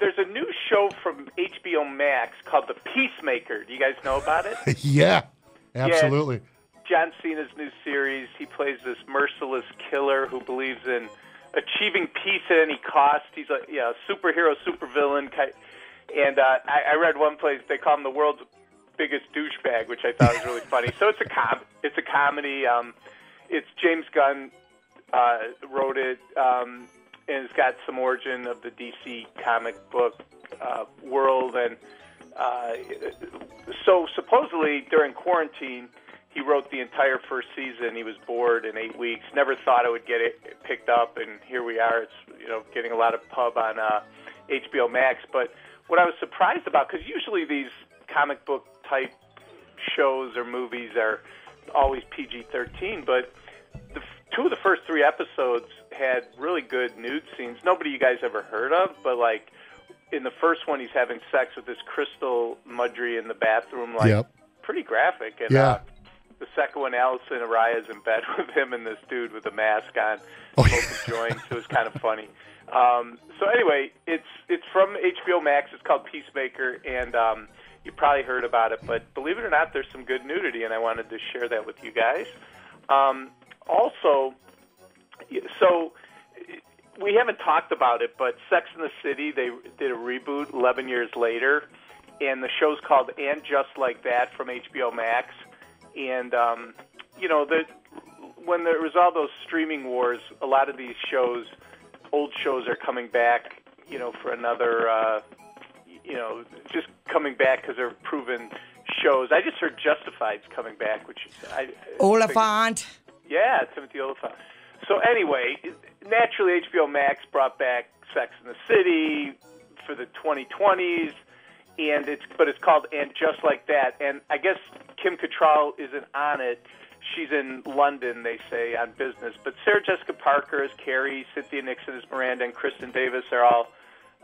Speaker 14: there's a new show from HBO Max called The Peacemaker. Do you guys know about it?
Speaker 6: <laughs> yeah,
Speaker 14: Yeah.
Speaker 6: absolutely.
Speaker 14: John Cena's new series. He plays this merciless killer who believes in achieving peace at any cost. He's a yeah, superhero, supervillain. ki- And uh, I, I read one place they call him the world's biggest douchebag, which I thought was really funny. So it's a com- it's a comedy. Um, it's James Gunn uh, wrote it, um, and it's got some origin of the DC comic book uh, world. And uh, so supposedly during quarantine he wrote the entire first season. He was bored in eight weeks. Never thought it would get it picked up, and here we are. It's you know getting a lot of pub on uh, HBO Max. But what I was surprised about, because usually these comic book type shows or movies are always PG-13, but the, f- two of the first three episodes had really good nude scenes. Nobody you guys ever heard of, but like in the first one, he's having sex with this crystal mudry in the bathroom, like
Speaker 6: Yep.
Speaker 14: pretty graphic. And
Speaker 6: Yeah.
Speaker 14: uh, the second one, Allison Araya's in bed <laughs> with him and this dude with a mask on, smoking joints. It was kind of funny. Um, so anyway, it's it's from HBO Max. It's called Peacemaker, and um, you probably heard about it. But believe it or not, there's some good nudity, and I wanted to share that with you guys. Um, also, so we haven't talked about it, but Sex in the City they did a reboot 11 years later, and the show's called And Just Like That from HBO Max, and um, you know the when there was all those streaming wars, a lot of these shows, old shows are coming back, you know, for another. Uh, you know, just coming back because they're proven shows. I just heard Justified's coming back, which I
Speaker 1: Oliphant.
Speaker 14: yeah, Timothy Oliphant. So anyway, naturally HBO Max brought back Sex in the City for the 2020s, and it's but it's called And Just Like That. And I guess Kim Cattrall isn't on it. She's in London, they say, on business. But Sarah Jessica Parker is Carrie, Cynthia Nixon is Miranda, and Kristen Davis are all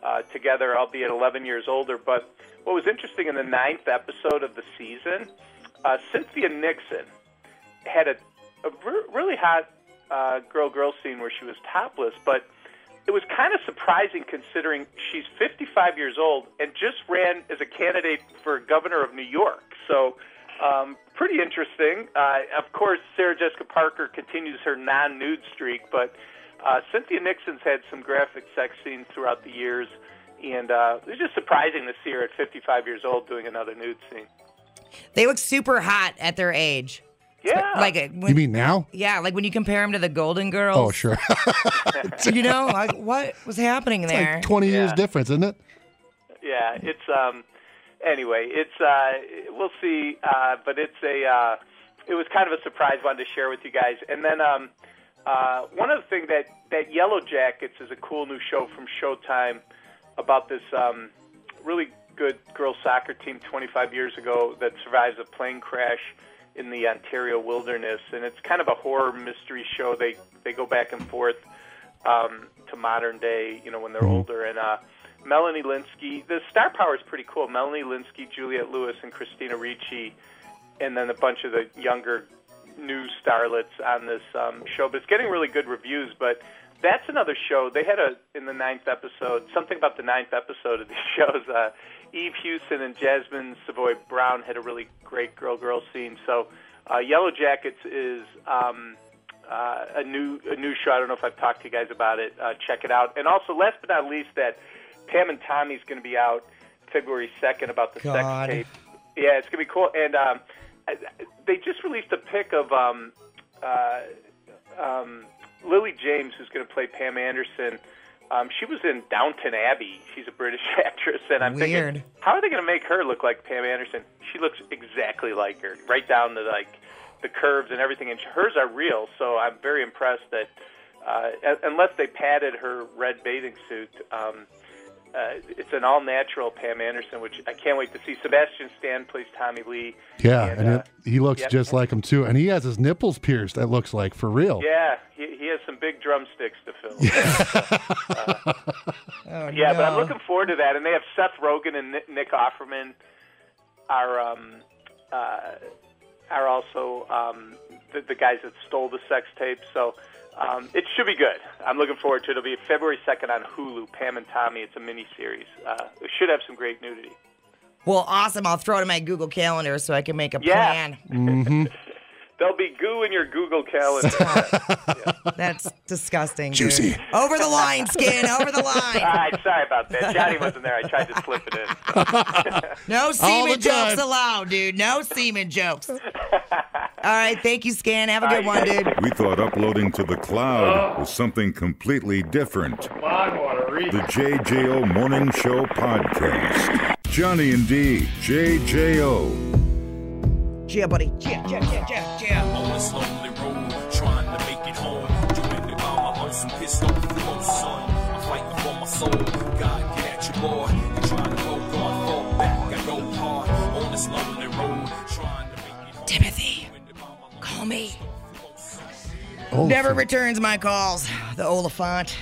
Speaker 14: uh, together, albeit 11 years older. But what was interesting in the ninth episode of the season, uh, Cynthia Nixon had a, a re- really hot uh, girl girl scene where she was topless, but it was kind of surprising considering she's 55 years old and just ran as a candidate for governor of New York. So, um, pretty interesting. Uh, of course, Sarah Jessica Parker continues her non nude streak, but uh, Cynthia Nixon's had some graphic sex scenes throughout the years. And uh, it was just surprising to see her at 55 years old doing another nude scene.
Speaker 1: They look super hot at their age.
Speaker 14: Yeah.
Speaker 1: Like a,
Speaker 6: You mean now?
Speaker 1: yeah, like when you compare them to the Golden Girls.
Speaker 6: Oh, sure.
Speaker 1: you know, like what was happening there?
Speaker 6: <laughs> like 20 years
Speaker 14: Yeah.
Speaker 6: difference, isn't it?
Speaker 14: yeah it's um anyway it's uh we'll see uh but it's a uh it was kind of a surprise one to share with you guys and then um uh one other thing that that yellow jackets is a cool new show from showtime about this um really good girls soccer team 25 years ago that survives a plane crash in the ontario wilderness and it's kind of a horror mystery show they they go back and forth um to modern day you know when they're older and uh Melanie Linsky. The star power is pretty cool. Melanie Linsky, Juliette Lewis, and Christina Ricci, and then a bunch of the younger new starlets on this um, show. But it's getting really good reviews. But that's another show. They had a in the ninth episode something about the ninth episode of these <laughs> shows. Uh, Eve Houston and Jasmine Savoy Brown had a really great girl girl scene. So uh, Yellow Jackets is. Um, uh, a new a new show. I don't know if I've talked to you guys about it. Uh, check it out. And also, last but not least, that Pam and Tommy's going to be out February second about the
Speaker 1: God.
Speaker 14: sex tape. Yeah, it's going to be cool. And um, I, I- they just released a pic of um, uh, um, Lily James, who's going to play Pam Anderson. Um, she was in Downton Abbey. She's a British <laughs> actress, and I'm
Speaker 1: Weird.
Speaker 14: thinking, how are they going to make her look like Pam Anderson? She looks exactly like her, right down to like the curves and everything. And hers are real, so I'm very impressed that uh, un- unless they padded her red bathing suit, um, uh, it's an all natural Pam Anderson, which I can't wait to see. Sebastian Stan plays Tommy Lee.
Speaker 6: Yeah,
Speaker 14: And,
Speaker 6: and,
Speaker 14: uh,
Speaker 6: it, he looks
Speaker 14: yep.
Speaker 6: just like him too, and he has his nipples pierced. That looks like for real.
Speaker 14: Yeah, he, he has some big drumsticks to fill. Uh, yeah, but I'm
Speaker 1: no.
Speaker 14: looking forward to that. And they have Seth Rogen and Ni- Nick Offerman are um, uh, are also um, the, the guys that stole the sex tape. So um, it should be good. I'm looking forward to it. It'll be February 2nd on Hulu. Pam and Tommy. It's a mini series. Uh, it should have some great nudity.
Speaker 1: Well, awesome. I'll throw it in my Google Calendar so I can make a
Speaker 14: Yeah.
Speaker 1: plan.
Speaker 6: Mm-hmm.
Speaker 14: There'll be goo in your Google
Speaker 1: <laughs>
Speaker 14: calendar.
Speaker 1: That's disgusting. dude.
Speaker 14: Juicy.
Speaker 1: Over the line, skin. Over the line.
Speaker 14: <laughs> All right, sorry about that. Johnny wasn't there. I tried to slip it in.
Speaker 1: No
Speaker 6: the
Speaker 1: semen jokes
Speaker 6: time.
Speaker 1: allowed, dude. No semen jokes. All right. Thank you, Scan. Have a good one, dude.
Speaker 2: We thought uploading to the cloud was something completely different. The JJO Morning Show Podcast. Johnny and D, JJO.
Speaker 1: Yeah, buddy. Yeah, yeah, yeah, yeah, yeah.
Speaker 11: On this lonely road, trying to make it home. Doing it by my own, some pissed off flow, son. I'm fighting for my soul. God, get at your boy. Trying to hold on, fall back. I go hard on this lonely road. Trying to make it home.
Speaker 1: Timothy, call me.
Speaker 6: Oh,
Speaker 1: Never
Speaker 6: so-
Speaker 1: returns my calls. The Oliphant.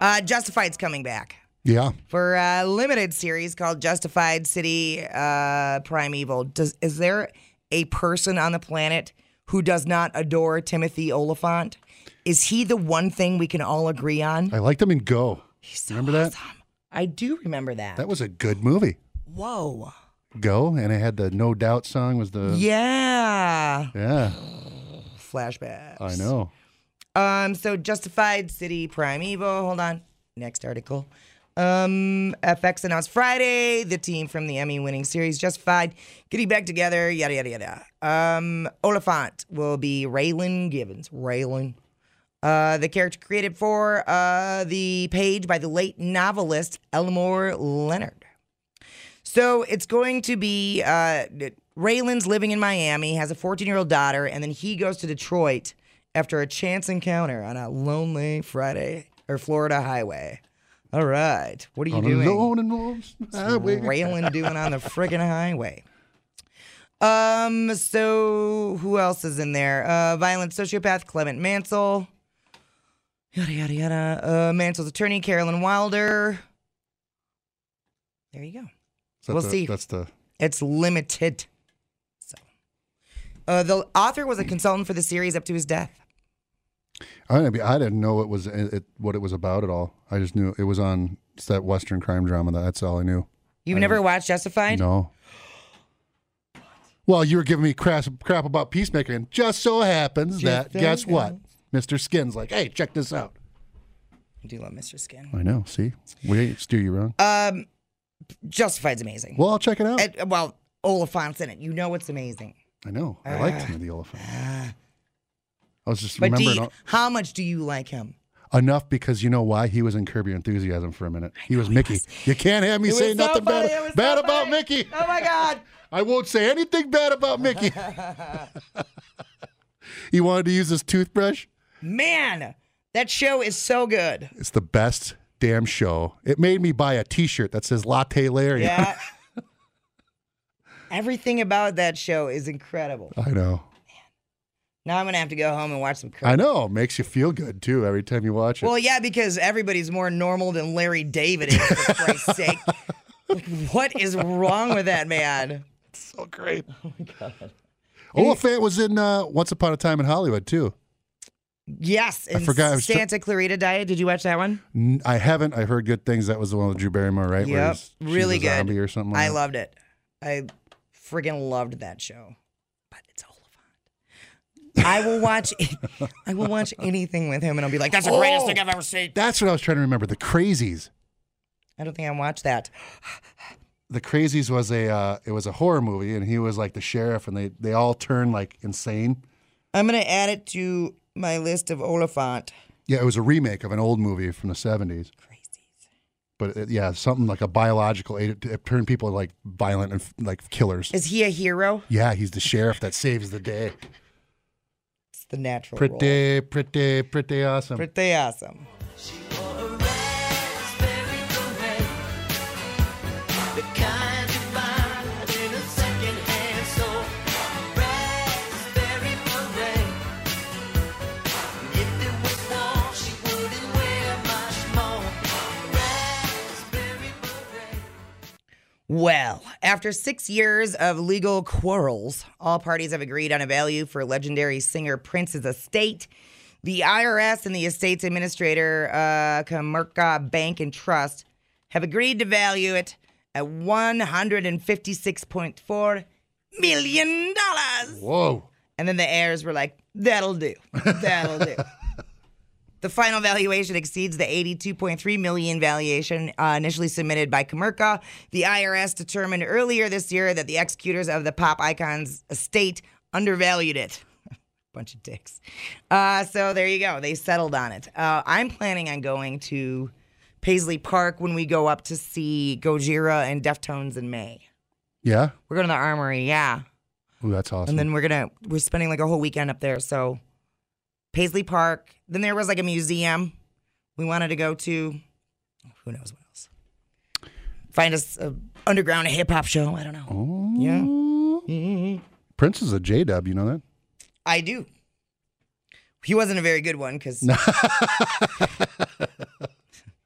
Speaker 1: Uh, Justified's coming back
Speaker 6: Yeah.
Speaker 1: for a limited series called Justified City uh, Primeval. Does, is there a person on the planet who does not adore Timothy Oliphant? Is he the one thing we can all agree on?
Speaker 6: I liked him in
Speaker 1: Oh,
Speaker 6: Go. Remember that?
Speaker 1: I do remember that.
Speaker 6: That was a good movie.
Speaker 1: Whoa.
Speaker 6: Go, and it had the No Doubt song was the
Speaker 1: Yeah.
Speaker 6: Yeah,
Speaker 1: Flashback.
Speaker 6: I know.
Speaker 1: Um, so Justified City Primeval. Hold on. Next article. Um, FX announced Friday the team from the Emmy winning series Justified getting back together, yada, yada, yada. Um, Oliphant will be Raylan Givens. Raylan. Uh, the character created for uh, the page by the late novelist Elmore Leonard. So it's going to be uh, Raylan's living in Miami, has a 14 year old daughter, and then he goes to Detroit after a chance encounter on a lonely Friday or Florida highway. All right. What are you
Speaker 6: On a
Speaker 1: doing?
Speaker 6: lone and Ah, lonesome highway.
Speaker 1: Railing doing on the friggin' highway. Um. So who else is in there? Uh, violent sociopath Clement Mansell. Yada yada yada. Uh, Mansell's attorney Carolyn Wilder. There you go.
Speaker 6: Is that
Speaker 1: we'll
Speaker 6: the-
Speaker 1: see.
Speaker 6: That's the.
Speaker 1: It's limited. So, uh, the author was a consultant for the series up to his death.
Speaker 6: I didn't, be- I didn't know it was it, it, what it was about at all. I just knew it was on it's that Western crime drama. That's all I knew.
Speaker 1: You've
Speaker 6: I
Speaker 1: never
Speaker 6: didn't-
Speaker 1: watched Justified?
Speaker 6: No. Well, you were giving me crap, crap about Peacemaker, and just so happens that
Speaker 1: so
Speaker 6: guess what, Mister Skin's like, hey, check this out.
Speaker 1: I do love Mr. Skin.
Speaker 6: I know. See, we ain't steer you wrong. Uh,
Speaker 1: Um, Justified's amazing.
Speaker 6: Well, I'll check it out.
Speaker 1: And- well, Oliphant's in it. You know it's amazing.
Speaker 6: I know. I liked him in the elephant. I was just
Speaker 1: But do
Speaker 6: remembering
Speaker 1: you- how much do you like him?
Speaker 6: enough because you know why he was in Curb Your Enthusiasm for a minute. He was Mickey. You can't have me
Speaker 1: It was
Speaker 6: say
Speaker 1: so
Speaker 6: nothing
Speaker 1: funny,
Speaker 6: bad,
Speaker 1: it was so
Speaker 6: bad about
Speaker 1: funny.
Speaker 6: Mickey.
Speaker 1: Oh my God.
Speaker 6: I won't say anything bad
Speaker 1: <laughs>
Speaker 6: about Mickey. <laughs> he wanted to use his toothbrush.
Speaker 1: Man, that show is so good.
Speaker 6: It's the best damn show. It made me buy a T-shirt that says Latte Larry.
Speaker 1: Yeah.
Speaker 6: <laughs>
Speaker 1: Everything about that show is incredible.
Speaker 6: I know.
Speaker 1: Now I'm gonna have to go home and watch some. Curb.
Speaker 6: I know. It makes you feel good too every time you watch it.
Speaker 1: Well, yeah, because everybody's more normal than Larry David is. For
Speaker 6: <laughs>
Speaker 1: Christ's sake, Like, what is wrong with that man?
Speaker 6: so great.
Speaker 1: <laughs> Oh my God.
Speaker 6: Oliphant was in uh, Once Upon a Time in Hollywood too.
Speaker 1: Yes,
Speaker 6: I
Speaker 1: and
Speaker 6: forgot, I was tr-
Speaker 1: Santa Clarita Diet. Did you watch that one?
Speaker 6: N- I haven't. I heard good things. That was the one with Drew Barrymore, right? Where
Speaker 1: Yep,
Speaker 6: he's- she's
Speaker 1: really
Speaker 6: a
Speaker 1: good.
Speaker 6: Zombie or something. Like
Speaker 1: I
Speaker 6: that.
Speaker 1: loved it. I friggin' loved that show. But it's Oliphant. I will
Speaker 6: <laughs>
Speaker 1: watch. I will watch anything with him, and I'll be like, "That's the greatest
Speaker 6: Oh!
Speaker 1: thing I've ever seen."
Speaker 6: That's what I was trying to remember. The Crazies.
Speaker 1: I don't think I watched that.
Speaker 6: The Crazies was a uh, it was a horror movie, and he was like the sheriff, and they they all turn like insane.
Speaker 1: I'm gonna add it to my list of Oliphant.
Speaker 6: Yeah, it was a remake of an old movie from the seventies. Crazies. But it, yeah, something like a biological aid. It turned people like violent and like killers.
Speaker 1: Is he a hero?
Speaker 6: yeah, he's the sheriff that saves the day.
Speaker 1: It's the natural. role.
Speaker 6: Pretty, pretty, pretty awesome.
Speaker 1: Pretty awesome.
Speaker 11: The kind you find in a secondhand store. Raspberry beret. And if it was warm, she wouldn't wear much more. Raspberry beret.
Speaker 1: Well, after six years of legal quarrels, all parties have agreed on a value for legendary singer Prince's estate. The IRS and the estate's administrator, uh, Comerica Bank and Trust, have agreed to value it at $156.4 million.
Speaker 6: Whoa.
Speaker 1: And then the heirs were like, that'll do. That'll do. The final valuation exceeds the 82.3 million valuation uh, initially submitted by Comerca. The IRS determined earlier this year that the executors of the pop icon's estate undervalued it. <laughs> Bunch of dicks. Uh, so there you go. They settled on it. Uh, I'm planning on going to Paisley Park when we go up to see Gojira and Deftones in May.
Speaker 6: Yeah.
Speaker 1: We're going to the Armory, yeah.
Speaker 6: Ooh, that's awesome.
Speaker 1: And then we're gonna we're spending like a whole weekend up there. So Paisley Park. Then there was like a museum we wanted to go to. Who knows what else? Find us a underground hip hop show. I don't know.
Speaker 6: Oh.
Speaker 1: Yeah.
Speaker 6: Prince is a J Dub. You know that?
Speaker 1: I do. He wasn't a very good one
Speaker 6: <laughs>
Speaker 1: because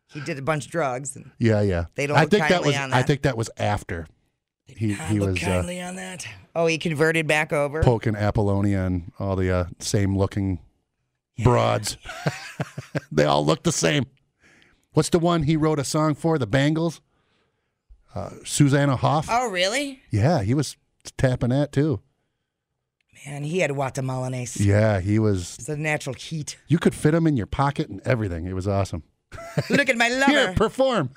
Speaker 1: he did a bunch of drugs. And
Speaker 6: Yeah, yeah.
Speaker 1: They don't
Speaker 6: I
Speaker 1: look
Speaker 6: think that
Speaker 1: kindly
Speaker 6: was.
Speaker 1: on
Speaker 6: I
Speaker 1: that.
Speaker 6: think that was after he he was uh,
Speaker 1: kindly on that. Oh, he converted back over.
Speaker 6: poking Apollonia and all the uh, same looking broads. <laughs> they all look the same. What's the one he wrote a song for? The Bangles. Uh, Susanna Hoff.
Speaker 1: Oh, really?
Speaker 6: Yeah, he was tapping that too.
Speaker 1: Man, he had Guatemalanese.
Speaker 6: Yeah, he was.
Speaker 1: It's a natural heat.
Speaker 6: You could fit him in your pocket and everything. It was awesome.
Speaker 1: Look at my lover.
Speaker 6: <laughs> Here, perform.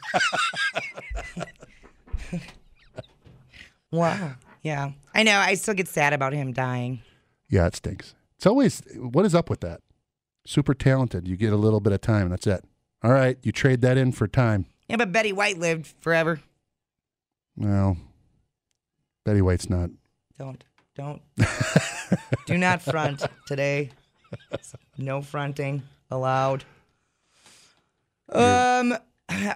Speaker 1: Wow. Yeah. I know. I still get sad about him dying.
Speaker 6: Yeah, it stinks. It's always what is up with that? Super talented. You get a little bit of time. That's it. All right, you trade that in for time.
Speaker 1: Yeah, but Betty White lived forever.
Speaker 6: Well, Betty White's not.
Speaker 1: Don't, don't, do not front today. No fronting allowed. Um, <sighs>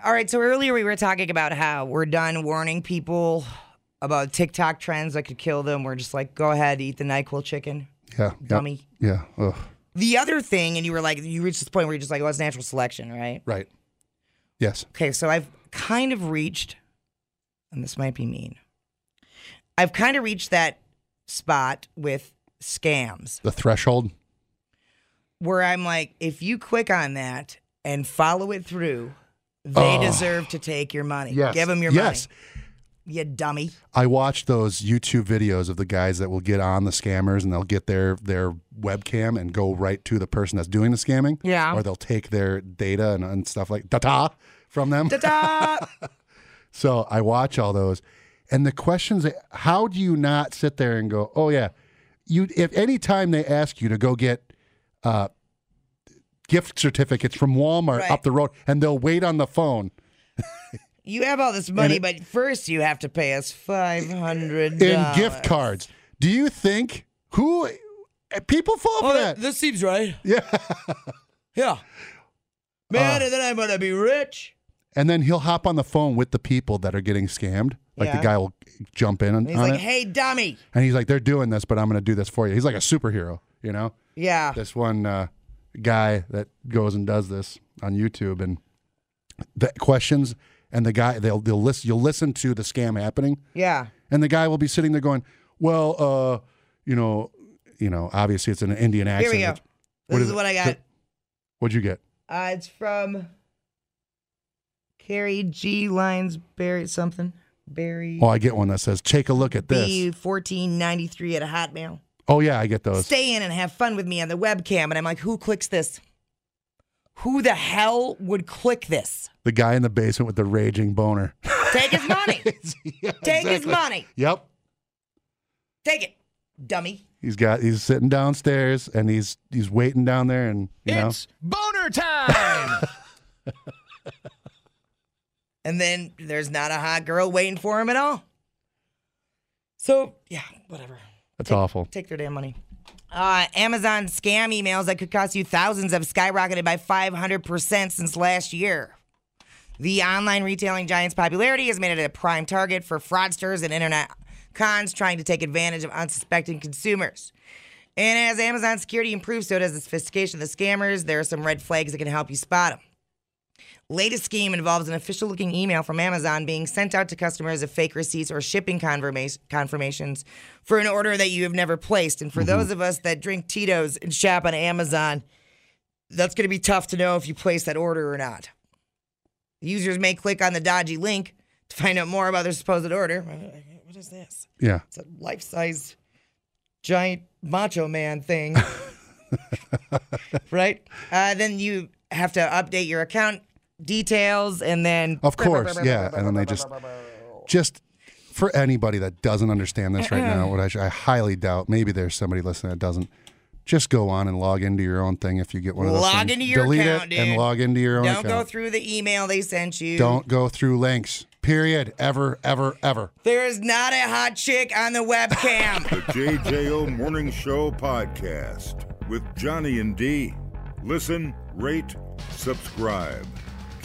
Speaker 1: All right. So earlier we were talking about how we're done warning people about TikTok trends that could kill them. We're just like, go ahead, eat the Nyquil chicken.
Speaker 6: Yeah. yeah,
Speaker 1: Dummy.
Speaker 6: Yeah. Ugh.
Speaker 1: The other thing, and you were like, you reached this point where you're just like, oh, it's natural selection, right?
Speaker 6: Right. Yes.
Speaker 1: Okay. So I've kind of reached, and this might be mean. I've kind of reached that spot with scams
Speaker 6: The threshold.
Speaker 1: where I'm like, if you click on that and follow it through, they
Speaker 6: Oh.
Speaker 1: deserve to take your money.
Speaker 6: Yes.
Speaker 1: Give them your
Speaker 6: Yes.
Speaker 1: money. You dummy.
Speaker 6: I watch those YouTube videos of the guys that will get on the scammers and they'll get their their webcam and go right to the person that's doing the scamming.
Speaker 1: Yeah.
Speaker 6: Or they'll take their data and, and stuff like data from them.
Speaker 1: Ta-da!
Speaker 6: So I watch all those, and the questions. that- How do you not sit there and go, "Oh yeah," you? If any time they ask you to go get uh, gift certificates from Walmart
Speaker 1: Right.
Speaker 6: up the road, and they'll wait on the phone
Speaker 1: you have all this money,
Speaker 6: it-
Speaker 1: but first you have to pay us five hundred
Speaker 6: in gift cards. Do you think who people fall for that?
Speaker 1: This seems right.
Speaker 6: Yeah.
Speaker 1: yeah.
Speaker 6: Uh.
Speaker 1: Man, and then I'm gonna be rich.
Speaker 6: And then he'll hop on the phone with the people that are getting scammed. Like
Speaker 1: Yeah.
Speaker 6: the guy will jump in on,
Speaker 1: And he's
Speaker 6: on
Speaker 1: like,
Speaker 6: it,
Speaker 1: hey, dummy.
Speaker 6: and he's like, "They're doing this, but I'm going to do this for you." He's like a superhero, you know.
Speaker 1: Yeah.
Speaker 6: this one uh, guy that goes and does this on YouTube and the questions and the guy they'll they'll list you'll listen to the scam happening
Speaker 1: Yeah.
Speaker 6: and the guy will be sitting there going, "Well, uh, you know, you know, obviously it's an Indian
Speaker 1: Here
Speaker 6: accent."
Speaker 1: we go.
Speaker 6: It's-
Speaker 1: This
Speaker 6: it?
Speaker 1: is what I got.
Speaker 6: What'd you get?
Speaker 1: Uh, it's from Carrie G. Lines Barry something. Barry
Speaker 6: Oh, I get one that says, "Take a look at this."
Speaker 1: B fourteen ninety three at a hotmail.
Speaker 6: oh yeah, I get those.
Speaker 1: Stay in and have fun with me on the webcam. And I'm like, who clicks this? Who the hell would click this?
Speaker 6: the guy in the basement with the raging boner.
Speaker 1: Take his
Speaker 6: <laughs>
Speaker 1: money. Take his
Speaker 6: exactly.
Speaker 1: money.
Speaker 6: yep.
Speaker 1: Take it, dummy.
Speaker 6: He's got he's sitting downstairs and he's he's waiting down there and you
Speaker 10: It's boner time.
Speaker 1: And then there's not a hot girl waiting for him at all. So yeah, whatever.
Speaker 6: That's awful.
Speaker 1: Take their damn money. Uh, Amazon scam emails that could cost you thousands have skyrocketed by 500% since last year. The online retailing giant's popularity has made it a prime target for fraudsters and internet cons trying to take advantage of unsuspecting consumers. And as Amazon security improves, so does the sophistication of the scammers. There are some red flags that can help you spot them. Latest scheme involves an official looking email from Amazon being sent out to customers of fake receipts or shipping confirma- confirmations for an order that you have never placed. And for those of us that drink Tito's and shop on Amazon, that's going to be tough to know if you placed that order or not. Users may click on the dodgy link to find out more about their supposed order. What is this?
Speaker 6: Yeah.
Speaker 1: It's a life size giant macho man
Speaker 6: <laughs>
Speaker 1: thing. right? Uh, then you have to update your account details and then.
Speaker 6: Of course, yeah. And then they just, just for anybody that doesn't understand this right now, what I, sh- I highly doubt, maybe there's somebody listening that doesn't. Just go on and log into your own thing if you get one of those.
Speaker 1: Log
Speaker 6: things.
Speaker 1: into your
Speaker 6: Delete
Speaker 1: account,
Speaker 6: it and
Speaker 1: dude.
Speaker 6: log into your own
Speaker 1: Don't go
Speaker 6: account.
Speaker 1: through the email they sent you.
Speaker 6: Don't go through links. Period. Ever. Ever. Ever.
Speaker 1: There is not a hot chick on the webcam.
Speaker 2: The JJO Morning Show podcast with Johnny and D. Listen, rate, subscribe.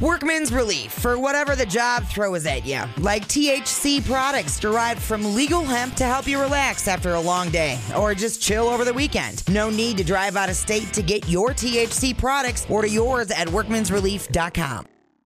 Speaker 1: Workman's relief for whatever the job throws at you, like THC products derived from legal hemp to help you relax after a long day or just chill over the weekend. No need to drive out of state to get your THC products. Order yours at workmansrelief.com.